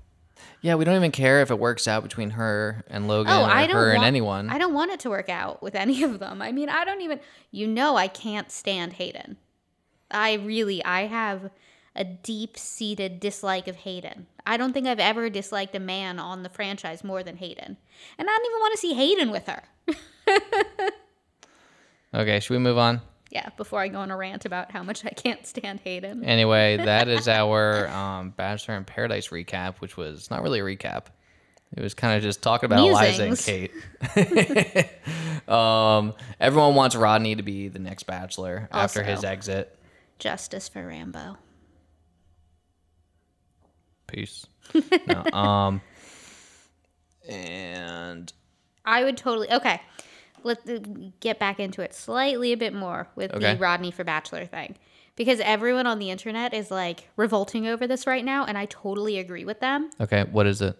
[SPEAKER 1] Yeah, we don't even care if it works out between her and Logan
[SPEAKER 2] Oh,
[SPEAKER 1] or
[SPEAKER 2] I don't
[SPEAKER 1] her and
[SPEAKER 2] want-
[SPEAKER 1] anyone.
[SPEAKER 2] I don't want it to work out with any of them. I mean, I don't even you know I can't stand Hayden. I really I have a deep-seated dislike of Hayden. I don't think I've ever disliked a man on the franchise more than Hayden. And I don't even want to see Hayden with her.
[SPEAKER 1] Okay, should we move on?
[SPEAKER 2] Yeah, before I go on a rant about how much I can't stand Hayden.
[SPEAKER 1] Anyway, that is our um, Bachelor in Paradise recap, which was not really a recap. It was kind of just talking about Eliza and Kate. um, everyone wants Rodney to be the next Bachelor after
[SPEAKER 2] Also.
[SPEAKER 1] his exit.
[SPEAKER 2] Justice for Rambo.
[SPEAKER 1] Peace. No, um, and
[SPEAKER 2] I would totally okay. Let's get back into it slightly a bit more with
[SPEAKER 1] Okay.
[SPEAKER 2] the Rodney for Bachelor thing. Because everyone on the internet is like revolting over this right now, and I totally agree with them.
[SPEAKER 1] okay, what is it?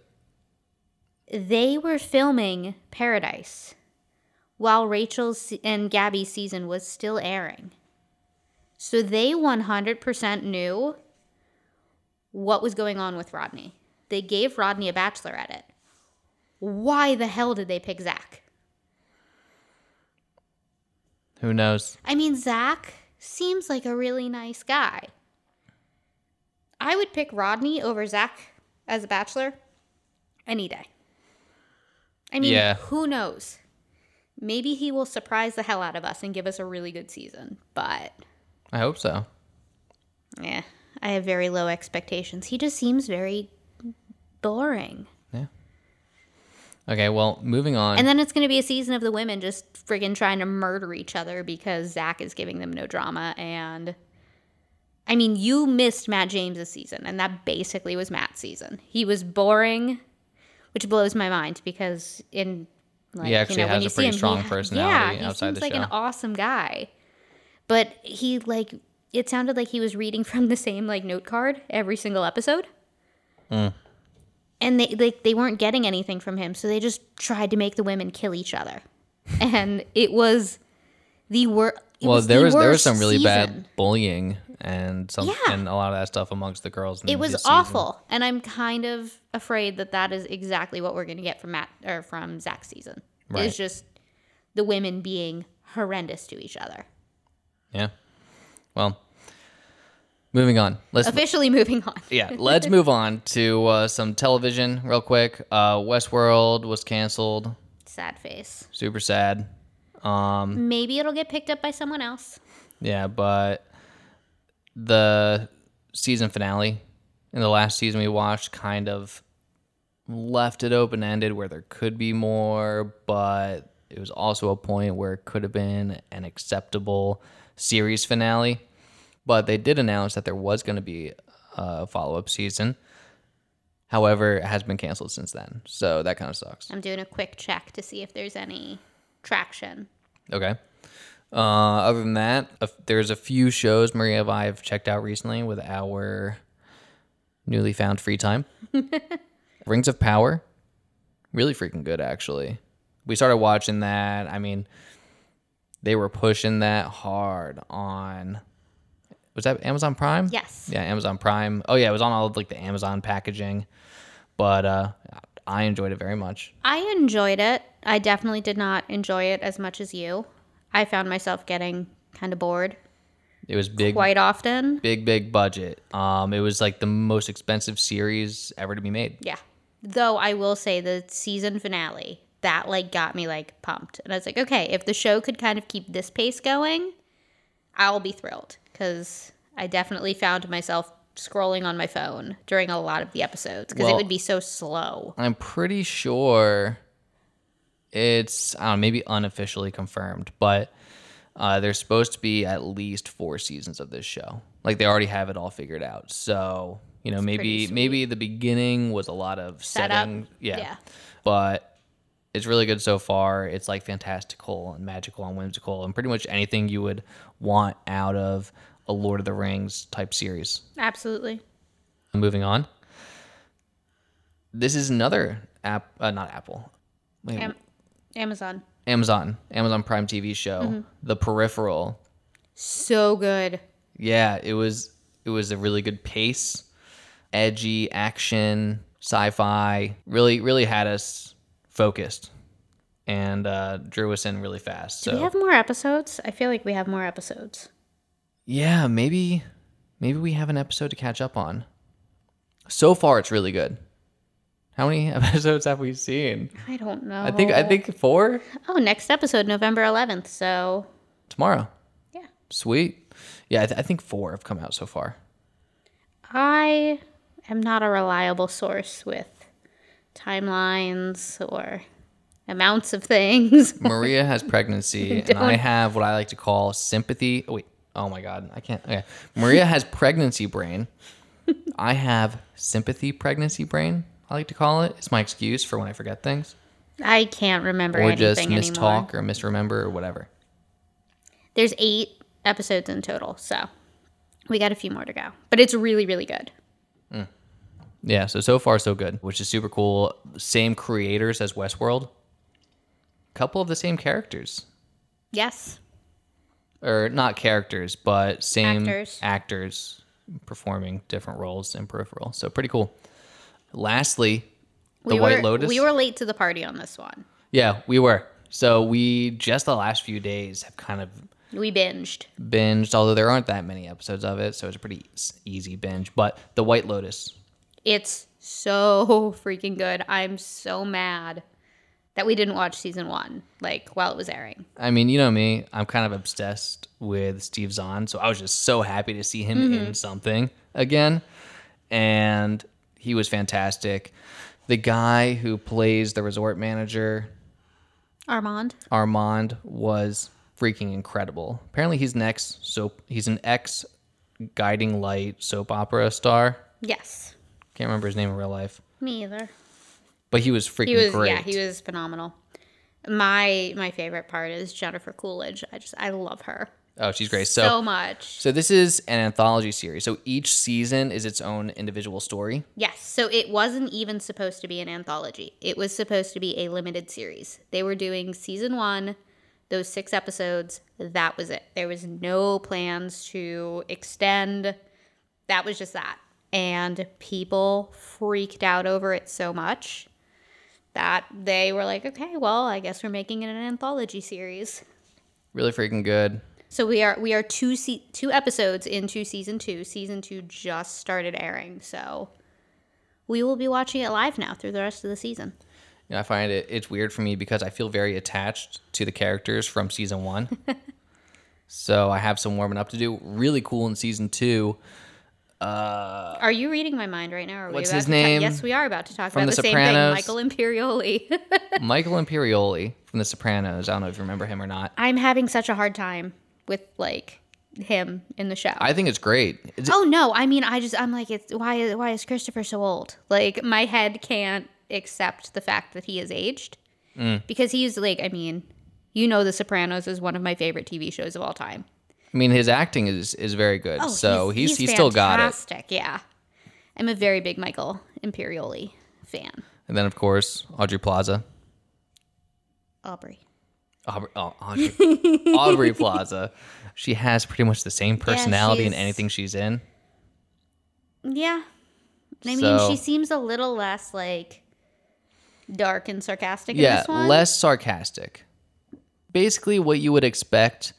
[SPEAKER 2] They were filming Paradise while Rachel's se- and Gabby's season was still airing. So they 100% knew what was going on with Rodney. They gave Rodney a Bachelor edit. Why the hell did they pick Zach?
[SPEAKER 1] Who knows?
[SPEAKER 2] I mean, Zach seems like a really nice guy. I would pick Rodney over Zach as a bachelor any day. I mean,
[SPEAKER 1] Yeah.
[SPEAKER 2] who knows? Maybe he will surprise the hell out of us and give us a really good season, but
[SPEAKER 1] I hope so.
[SPEAKER 2] yeah, I have very low expectations. He just seems very boring.
[SPEAKER 1] Okay, well, moving on.
[SPEAKER 2] And then it's going to be a season of the women just friggin' trying to murder each other because Zach is giving them no drama. And I mean, you missed Matt James's season, and that basically was Matt's season. He was boring, which blows my mind because in like,
[SPEAKER 1] He actually has a
[SPEAKER 2] see
[SPEAKER 1] pretty
[SPEAKER 2] him, he
[SPEAKER 1] strong
[SPEAKER 2] ha-
[SPEAKER 1] personality
[SPEAKER 2] he
[SPEAKER 1] outside
[SPEAKER 2] seems
[SPEAKER 1] the
[SPEAKER 2] like an
[SPEAKER 1] show.
[SPEAKER 2] awesome guy, but he like it sounded like he was reading from the same like note card every single episode and they like they weren't getting anything from him, so they just tried to make the women kill each other, and it was the wor- it
[SPEAKER 1] well,
[SPEAKER 2] was the
[SPEAKER 1] there was there was
[SPEAKER 2] worst
[SPEAKER 1] some really
[SPEAKER 2] season.
[SPEAKER 1] bad bullying and some
[SPEAKER 2] Yeah.
[SPEAKER 1] and a lot of that stuff amongst the girls. in
[SPEAKER 2] It was
[SPEAKER 1] this season.
[SPEAKER 2] awful, and I'm kind of afraid that that is exactly what we're going to get from Matt or from Zach's season.
[SPEAKER 1] Right.
[SPEAKER 2] It's just the women being horrendous to each other.
[SPEAKER 1] Yeah. Well, moving on. Let's
[SPEAKER 2] Officially moving on.
[SPEAKER 1] yeah, let's move on to uh, some television real quick. Uh, Westworld was canceled.
[SPEAKER 2] Sad face.
[SPEAKER 1] Super sad. Um,
[SPEAKER 2] Maybe it'll get picked up by someone else.
[SPEAKER 1] yeah, but the season finale in the last season we watched kind of left it open ended where there could be more, but it was also a point where it could have been an acceptable series finale. But they did announce that there was going to be a follow up season. However, it has been canceled since then. So that kind of sucks.
[SPEAKER 2] I'm doing a quick check to see if there's any traction.
[SPEAKER 1] Okay. Uh, other than that, a f there's a few shows Maria and I have checked out recently with our newly found free time. Rings of Power, really freaking good, actually. We started watching that. I mean, they were pushing that hard on. Was that Amazon Prime?
[SPEAKER 2] Yes.
[SPEAKER 1] Yeah, Amazon Prime. Oh yeah, it was on all of like the Amazon packaging, but uh, I enjoyed it very much.
[SPEAKER 2] I enjoyed it. I definitely did not enjoy it as much as you. I found myself getting kind of bored
[SPEAKER 1] It was big,
[SPEAKER 2] quite often.
[SPEAKER 1] big, big budget. Um, it was like the most expensive series ever to be made.
[SPEAKER 2] Yeah. Though I will say the season finale, that like got me like pumped. And I was like, okay, if the show could kind of keep this pace going, I'll be thrilled cuz I definitely found myself scrolling on my phone during a lot of the episodes cuz it
[SPEAKER 1] Well-
[SPEAKER 2] would be so slow.
[SPEAKER 1] I'm pretty sure it's I don't know, maybe unofficially confirmed, but uh, there's supposed to be at least four seasons of this show. Like they already have it all figured out. So you know,
[SPEAKER 2] pretty
[SPEAKER 1] maybe
[SPEAKER 2] sweet.
[SPEAKER 1] maybe the beginning was a lot of
[SPEAKER 2] Setup.
[SPEAKER 1] setting, yeah.
[SPEAKER 2] Yeah.
[SPEAKER 1] But it's really good so far. It's like fantastical and magical and whimsical and pretty much anything you would want out of a Lord of the Rings type series.
[SPEAKER 2] Absolutely.
[SPEAKER 1] Moving on. This is another app, uh, not Apple, Wait,
[SPEAKER 2] Am- Amazon.
[SPEAKER 1] Amazon, Amazon Prime TV show,
[SPEAKER 2] Mm-hmm.
[SPEAKER 1] The Peripheral.
[SPEAKER 2] So good.
[SPEAKER 1] Yeah, it was it was a really good pace, edgy action, sci-fi. Really, really had us focused, and uh, drew us in really fast.
[SPEAKER 2] Do
[SPEAKER 1] So
[SPEAKER 2] we have more episodes? I feel like we have more episodes.
[SPEAKER 1] yeah, maybe maybe we have an episode to catch up on. So far, it's really good. How many episodes have we seen?
[SPEAKER 2] I don't know.
[SPEAKER 1] I think I think four
[SPEAKER 2] Oh, next episode November 11th. So,
[SPEAKER 1] tomorrow.
[SPEAKER 2] yeah.
[SPEAKER 1] Sweet. Yeah, I, th- I think four have come out so far.
[SPEAKER 2] I am not a reliable source with timelines or amounts of things.
[SPEAKER 1] Maria has pregnancy, and I have what I like to call sympathy. Oh, wait. Oh my God. I can't. Okay. Maria has pregnancy brain. I have sympathy pregnancy brain, I like to call it. It's my excuse for when I forget things
[SPEAKER 2] I can't remember
[SPEAKER 1] or just
[SPEAKER 2] anything anymore.
[SPEAKER 1] mistalk or misremember or whatever.
[SPEAKER 2] There's 8 episodes in total, so we got a few more to go. But it's really really good.
[SPEAKER 1] Yeah. So, so far, so good, which is super cool. Same creators as Westworld. Couple of the same characters.
[SPEAKER 2] Yes.
[SPEAKER 1] or not characters, but same
[SPEAKER 2] Actors.
[SPEAKER 1] actors, performing different roles in peripheral. So pretty cool. Lastly, the
[SPEAKER 2] we
[SPEAKER 1] White
[SPEAKER 2] were,
[SPEAKER 1] Lotus.
[SPEAKER 2] We were late to the party on this one.
[SPEAKER 1] yeah, we were. So we just the last few days have kind of
[SPEAKER 2] We binged.
[SPEAKER 1] binged, although there aren't that many episodes of it, so it's a pretty s- easy binge. But the White Lotus,
[SPEAKER 2] It's so freaking good. I'm so mad that we didn't watch season 1 like while it was airing.
[SPEAKER 1] I mean, you know me, I'm kind of obsessed with Steve Zahn, so I was just so happy to see him in something again. And he was fantastic. The guy who plays the resort manager,
[SPEAKER 2] Armand?
[SPEAKER 1] Armand, was freaking incredible. Apparently he's an ex soap he's an ex guiding light soap opera star.
[SPEAKER 2] Yes.
[SPEAKER 1] Can't remember his name in real life.
[SPEAKER 2] Me either.
[SPEAKER 1] But he was freaking
[SPEAKER 2] He was
[SPEAKER 1] great.
[SPEAKER 2] yeah, he was phenomenal. My my favorite part is Jennifer Coolidge. I just I love her
[SPEAKER 1] oh, she's great.
[SPEAKER 2] so, much.
[SPEAKER 1] So this is an anthology series. So each season is its own individual story.
[SPEAKER 2] Yes, so it wasn't even supposed to be an anthology. It was supposed to be a limited series. They were doing season 1, those 6 episodes, that was it. There was no plans to extend. That was just that. And people freaked out over it so much that they were like, "Okay, well, I guess we're making it an anthology series."
[SPEAKER 1] Really freaking good.
[SPEAKER 2] So we are we are two se- two episodes into season two. Season two just started airing, so we will be watching it live now through the rest of the season.
[SPEAKER 1] You know, I find it it's weird for me because I feel very attached to the characters from season one. so I have some warming up to do. Really cool in season two.
[SPEAKER 2] are you reading my mind right now? Are we
[SPEAKER 1] Uh, What's
[SPEAKER 2] about
[SPEAKER 1] his
[SPEAKER 2] to ta-
[SPEAKER 1] name?
[SPEAKER 2] yes, we are about to talk
[SPEAKER 1] From
[SPEAKER 2] about
[SPEAKER 1] The
[SPEAKER 2] the, same thing.
[SPEAKER 1] Sopranos.
[SPEAKER 2] Michael Imperioli.
[SPEAKER 1] Michael Imperioli from The Sopranos. I don't know if you remember him or not.
[SPEAKER 2] I'm having such a hard time with like him in the show.
[SPEAKER 1] I think it's great. It's,
[SPEAKER 2] oh no, I mean I just I'm like it's why why is Christopher so old? Like my head can't accept the fact that he is aged.
[SPEAKER 1] Mm.
[SPEAKER 2] Because he's like I mean, you know The Sopranos is one of my favorite TV shows of all time.
[SPEAKER 1] I mean, his acting is is very good.
[SPEAKER 2] Oh,
[SPEAKER 1] so he's he's, still got it.
[SPEAKER 2] fantastic, Yeah. I'm a very big Michael Imperioli fan.
[SPEAKER 1] And then of course Audrey Plaza,
[SPEAKER 2] Aubrey.
[SPEAKER 1] Aubrey, oh, Audrey, Aubrey Plaza. She has pretty much the same personality in
[SPEAKER 2] she's-
[SPEAKER 1] anything she's in.
[SPEAKER 2] Yeah. I mean,
[SPEAKER 1] So-
[SPEAKER 2] she seems a little less like dark and sarcastic in
[SPEAKER 1] Yeah,
[SPEAKER 2] this one.
[SPEAKER 1] less sarcastic. Basically, what you would expect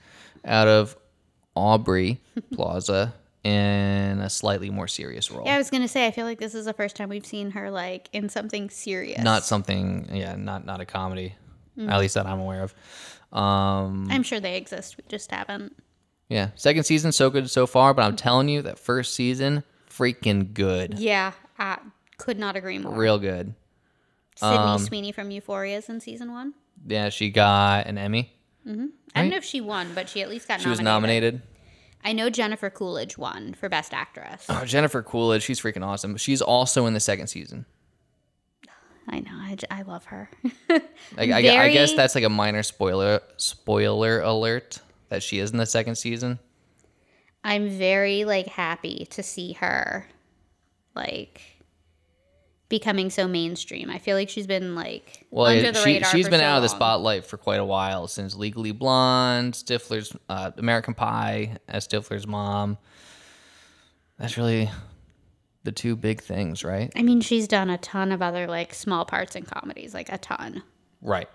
[SPEAKER 1] out of Aubrey Plaza in a slightly more serious role.
[SPEAKER 2] yeah, I was gonna say I feel like this is the first time we've seen her like in something serious.
[SPEAKER 1] Not something, yeah, not not a comedy,
[SPEAKER 2] Mm-hmm.
[SPEAKER 1] at least that I'm aware of. Um,
[SPEAKER 2] I'm sure they exist. We just haven't.
[SPEAKER 1] yeah, second season so good so far, but I'm telling you that first season freaking good,
[SPEAKER 2] Mm-hmm. Yeah, I could not agree more.
[SPEAKER 1] real good.
[SPEAKER 2] Sydney
[SPEAKER 1] um,
[SPEAKER 2] Sweeney from Euphoria is in season one.
[SPEAKER 1] Yeah, she got an Emmy.
[SPEAKER 2] I don't know if she won, but she at least got
[SPEAKER 1] She was
[SPEAKER 2] nominated.
[SPEAKER 1] nominated.
[SPEAKER 2] I know Jennifer Coolidge won for Best Actress.
[SPEAKER 1] Oh, Jennifer Coolidge, she's freaking awesome. She's also in the second season.
[SPEAKER 2] I know. I, j- I love her.
[SPEAKER 1] Like, I, gu- I guess
[SPEAKER 2] Very-
[SPEAKER 1] that's like a minor spoiler spoiler alert that she is in the second season.
[SPEAKER 2] I'm very like happy to see her like becoming so mainstream. I feel like she's been like
[SPEAKER 1] Well,
[SPEAKER 2] under
[SPEAKER 1] yeah,
[SPEAKER 2] the
[SPEAKER 1] she,
[SPEAKER 2] radar.
[SPEAKER 1] she's
[SPEAKER 2] for
[SPEAKER 1] been
[SPEAKER 2] so
[SPEAKER 1] out of the
[SPEAKER 2] long.
[SPEAKER 1] spotlight for quite a while since Legally Blonde, Stifler's uh, American Pie as Stifler's mom. That's really the two big things, right?
[SPEAKER 2] I mean, she's done a ton of other like small parts in comedies, like a ton,
[SPEAKER 1] Right.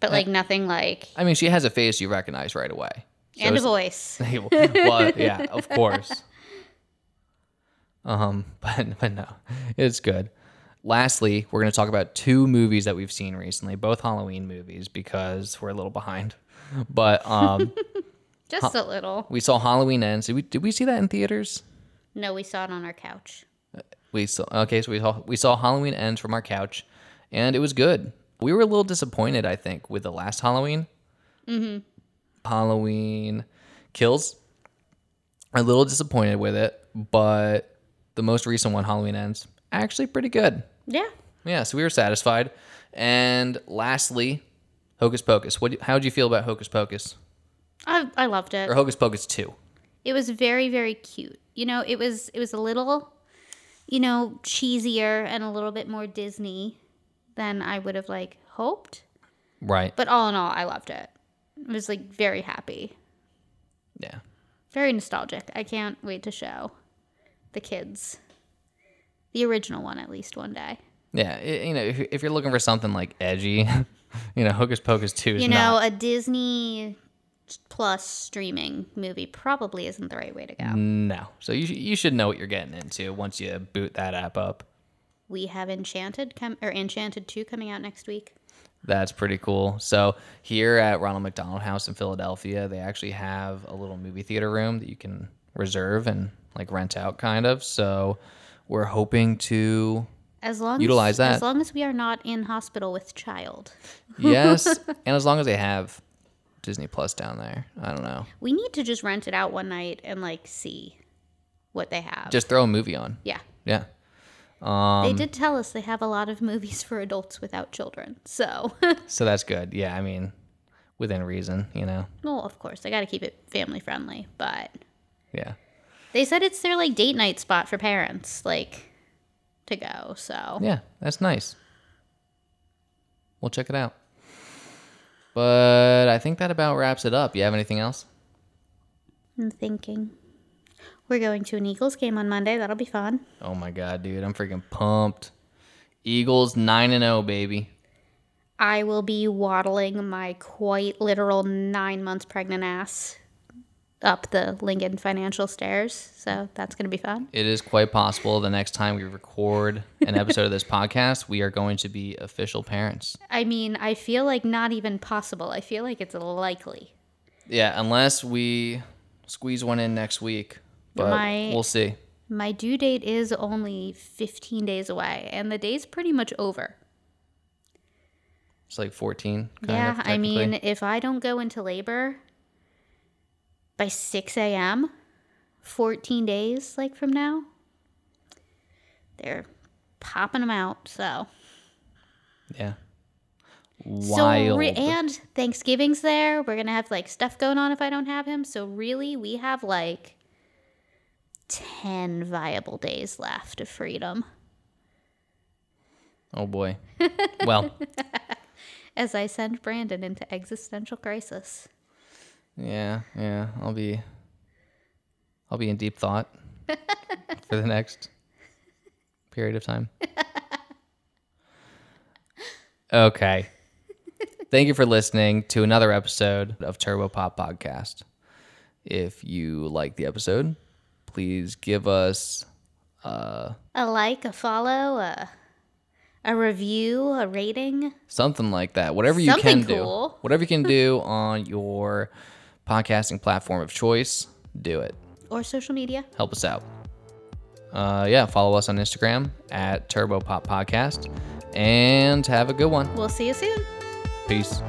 [SPEAKER 2] but like nothing like
[SPEAKER 1] I mean, she has a face you recognize right away. So
[SPEAKER 2] and a
[SPEAKER 1] it's-
[SPEAKER 2] voice.
[SPEAKER 1] well, yeah, of course. Um, but but no, it's good. Lastly, we're going to talk about two movies that we've seen recently, both Halloween movies, because we're a little behind. But um,
[SPEAKER 2] Just a little.
[SPEAKER 1] we saw Halloween Ends. Did we did we see that in theaters?
[SPEAKER 2] No, we saw it on our couch.
[SPEAKER 1] We saw okay, so we saw we saw Halloween Ends from our couch, and it was good. We were a little disappointed, I think, with the last Halloween. Mm-hmm. Halloween Kills. A little disappointed with it, but the most recent one, Halloween Ends, actually pretty good.
[SPEAKER 2] Yeah.
[SPEAKER 1] Yeah, so we were satisfied. And lastly, Hocus Pocus. What? How would you feel about Hocus Pocus
[SPEAKER 2] I, I loved it.
[SPEAKER 1] or Hocus Pocus Two?
[SPEAKER 2] It was very very cute. You know, it was it was a little you know, cheesier and a little bit more Disney than I would have like hoped.
[SPEAKER 1] Right.
[SPEAKER 2] But all in all, I loved it. I was like very happy,
[SPEAKER 1] Yeah.
[SPEAKER 2] very nostalgic. I can't wait to show the kids the original one at least one day.
[SPEAKER 1] Yeah, i you know, if, if you're looking for something like edgy, you know, Hocus Pocus Two is
[SPEAKER 2] You know,
[SPEAKER 1] not.
[SPEAKER 2] a Disney plus streaming movie probably isn't the right way to go.
[SPEAKER 1] No, so you sh- you should know what you're getting into once you boot that app up.
[SPEAKER 2] We have Enchanted com- or Enchanted 2 coming out next week.
[SPEAKER 1] That's pretty cool. So here at Ronald McDonald House in Philadelphia, they actually have a little movie theater room that you can reserve and like rent out, kind of. So we're hoping to
[SPEAKER 2] As long
[SPEAKER 1] Utilize
[SPEAKER 2] as,
[SPEAKER 1] that.
[SPEAKER 2] as long as we are not in hospital with child.
[SPEAKER 1] yes, and as long as they have Disney Plus down there, I don't know,
[SPEAKER 2] We need to just rent it out one night and like see what they have.
[SPEAKER 1] just um, throw a movie on.
[SPEAKER 2] yeah.
[SPEAKER 1] Yeah.
[SPEAKER 2] They did tell us they have a lot of movies for adults without children. So,
[SPEAKER 1] So that's good. Yeah, I mean, within reason, you know.
[SPEAKER 2] well, of course, I got to keep it family friendly, but
[SPEAKER 1] Yeah.
[SPEAKER 2] they said it's their like date night spot for parents like to go. So,
[SPEAKER 1] Yeah, that's nice. We'll check it out. But I think that about wraps it up. You have anything else?
[SPEAKER 2] I'm thinking we're going to an Eagles game on Monday. That'll be fun.
[SPEAKER 1] Oh my god, dude, I'm freaking pumped. Eagles 9 and 0, baby.
[SPEAKER 2] I will be waddling my quite literal 9 months pregnant ass up the Lincoln Financial stairs. So, that's going to be fun.
[SPEAKER 1] It is quite possible the next time we record an episode of this podcast, we are going to be official parents.
[SPEAKER 2] I mean, I feel like not even possible. I feel like it's likely.
[SPEAKER 1] Yeah, unless we squeeze one in next week, but
[SPEAKER 2] My-
[SPEAKER 1] we'll see.
[SPEAKER 2] My due date is only 15 days away, and the day's pretty much over.
[SPEAKER 1] It's like 14 kind
[SPEAKER 2] yeah,
[SPEAKER 1] of
[SPEAKER 2] I
[SPEAKER 1] technically.
[SPEAKER 2] mean, if I don't go into labor, by 6 a.m., 14 days like from now. They're popping them out. So,
[SPEAKER 1] Yeah.
[SPEAKER 2] so
[SPEAKER 1] Wild.
[SPEAKER 2] re- and Thanksgiving's there. We're going to have like stuff going on if I don't have him. So, really, we have like 10 viable days left of freedom.
[SPEAKER 1] oh boy. well,
[SPEAKER 2] as I send Brandon into existential crisis.
[SPEAKER 1] yeah, yeah. I'll be I'll be in deep thought for the next period of time. Okay. Thank you for listening to another episode of Turbo Pop Podcast. If you like the episode, please give us uh
[SPEAKER 2] A like, a follow, a, a review, a rating.
[SPEAKER 1] something like that. Whatever you
[SPEAKER 2] Something
[SPEAKER 1] can do,
[SPEAKER 2] cool.
[SPEAKER 1] whatever you can do on your podcasting platform of choice, do it.
[SPEAKER 2] Or social media.
[SPEAKER 1] Help us out. Uh, yeah, follow us on Instagram at Turbo Pop Podcast, and have a good one.
[SPEAKER 2] We'll see you soon.
[SPEAKER 1] Peace.